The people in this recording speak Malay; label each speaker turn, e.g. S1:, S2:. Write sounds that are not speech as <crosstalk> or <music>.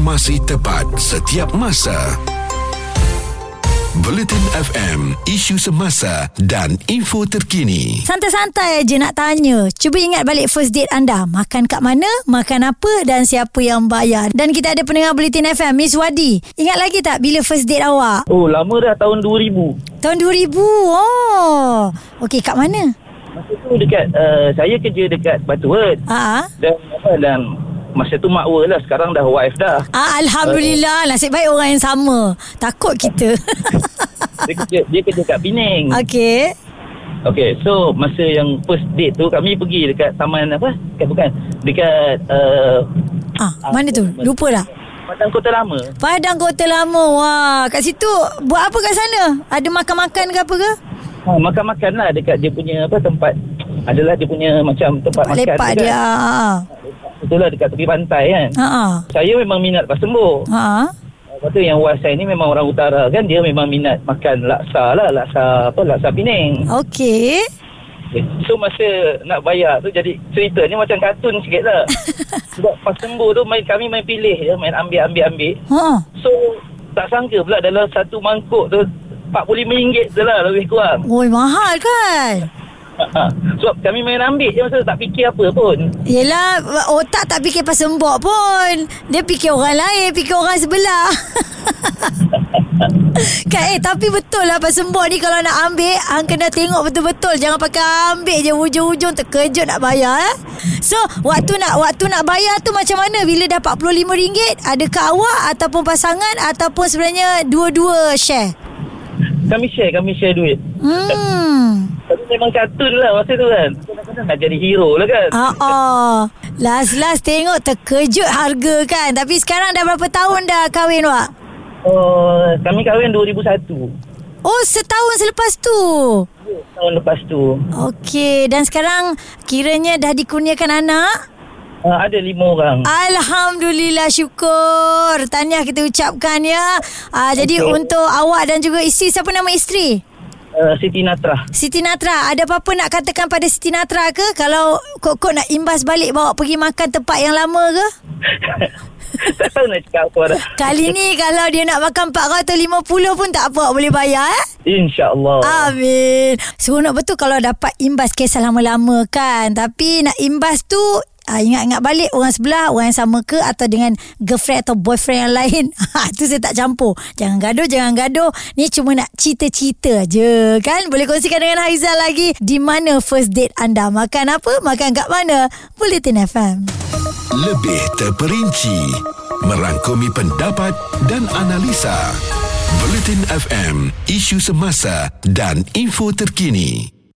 S1: masih tepat setiap masa. Bulletin FM, isu semasa dan info terkini.
S2: Santai-santai je nak tanya. Cuba ingat balik first date anda. Makan kat mana, makan apa dan siapa yang bayar. Dan kita ada pendengar Bulletin FM, Miss Wadi. Ingat lagi tak bila first date awak?
S3: Oh, lama dah tahun 2000.
S2: Tahun 2000. Oh. Okey, kat mana?
S3: Masa tu dekat uh, saya kerja dekat Batuan
S2: Ah.
S3: dan apa dan masa tu makwa lah sekarang dah wife dah.
S2: Ah, Alhamdulillah Nasib baik orang yang sama Takut kita
S3: Dia kerja dia kerja kat Penang.
S2: Okey
S3: Okey, so masa yang first date tu kami pergi dekat taman apa? Bukan bukan dekat uh,
S2: ah, Mana tu? Lupa dah
S3: Padang Kota Lama.
S2: Padang Kota Lama Wah Kat situ Buat apa kat sana? Ada makan-makan ke apa ke?
S3: Ha, makan-makan lah dekat dia punya apa tempat adalah dia punya macam tempat makan
S2: Lepak
S3: tu
S2: dia
S3: kan.
S2: ah,
S3: Itulah dekat tepi pantai kan.
S2: ah. Ah,
S3: Saya memang minat pasembo.
S2: ah. Ah,
S3: Lepas tu yang wife saya ni memang orang utara kan dia memang minat makan laksa lah laksa apa laksa Penang. Eh,
S2: Okey
S3: So masa nak bayar tu jadi ceritanya macam kartun sikit lah. Sebab pas sembuh tu main, kami main pilih je. Main ambil-ambil-ambil.
S2: Ha.
S3: So tak sangka pula dalam satu mangkuk tu RM45 je lah lebih kurang. Ha,
S2: Oi mahal kan?
S3: Sebab kami main ambil je masa tu, tak fikir apa pun.
S2: Yelah otak tak fikir pasal mbok pun. Dia fikir orang lain, fikir orang sebelah. <laughs> kan eh tapi betul lah pasal mbok ni kalau nak ambil hang kena tengok betul-betul jangan pakai ambil je hujung-hujung terkejut nak bayar eh. So waktu nak waktu nak bayar tu macam mana bila dah RM45 adakah awak ataupun pasangan ataupun sebenarnya dua-dua share?
S3: Kami share, kami share duit.
S2: Hmm.
S3: Tapi memang kartun lah masa tu kan. Kadang-kadang nak jadi hero lah kan.
S2: Ah, ah. Last-last tengok terkejut harga kan. Tapi sekarang dah berapa tahun dah kahwin awak?
S3: Uh, kami kahwin 2001.
S2: Oh, setahun selepas tu.
S3: Tahun lepas tu.
S2: Okey, dan sekarang kiranya dah dikurniakan anak?
S3: Uh, ada lima orang.
S2: Ah. Alhamdulillah syukur. Tahniah kita ucapkan ya. Ah, jadi
S3: Okey.
S2: untuk awak dan juga isteri, siapa nama isteri?
S3: Uh, Siti Natrah. <laughs>
S2: Siti Natra, ada apa-apa nak katakan pada Siti Natra ke? Kalau kok-kok nak imbas balik bawa pergi makan tempat yang lama ke?
S3: tak tahu nak cakap apa dah.
S2: Kali ni kalau dia nak makan 450 pun tak apa boleh bayar eh?
S3: InsyaAllah.
S2: Ah, Amin. Seronok betul kalau dapat imbas kisah lama-lama kan. Tapi nak imbas tu Ah, ingat-ingat balik orang sebelah, orang yang sama ke atau dengan girlfriend atau boyfriend yang lain. <laughs> Ha, tu saya tak campur. Jangan gaduh, jangan gaduh. Ni cuma nak cerita-cerita je kan. Boleh kongsikan dengan Haizal lagi di mana first date anda. Makan apa, makan kat mana. Bulletin FM.
S1: Lebih terperinci merangkumi pendapat dan analisa. Bulletin FM, isu semasa dan info terkini.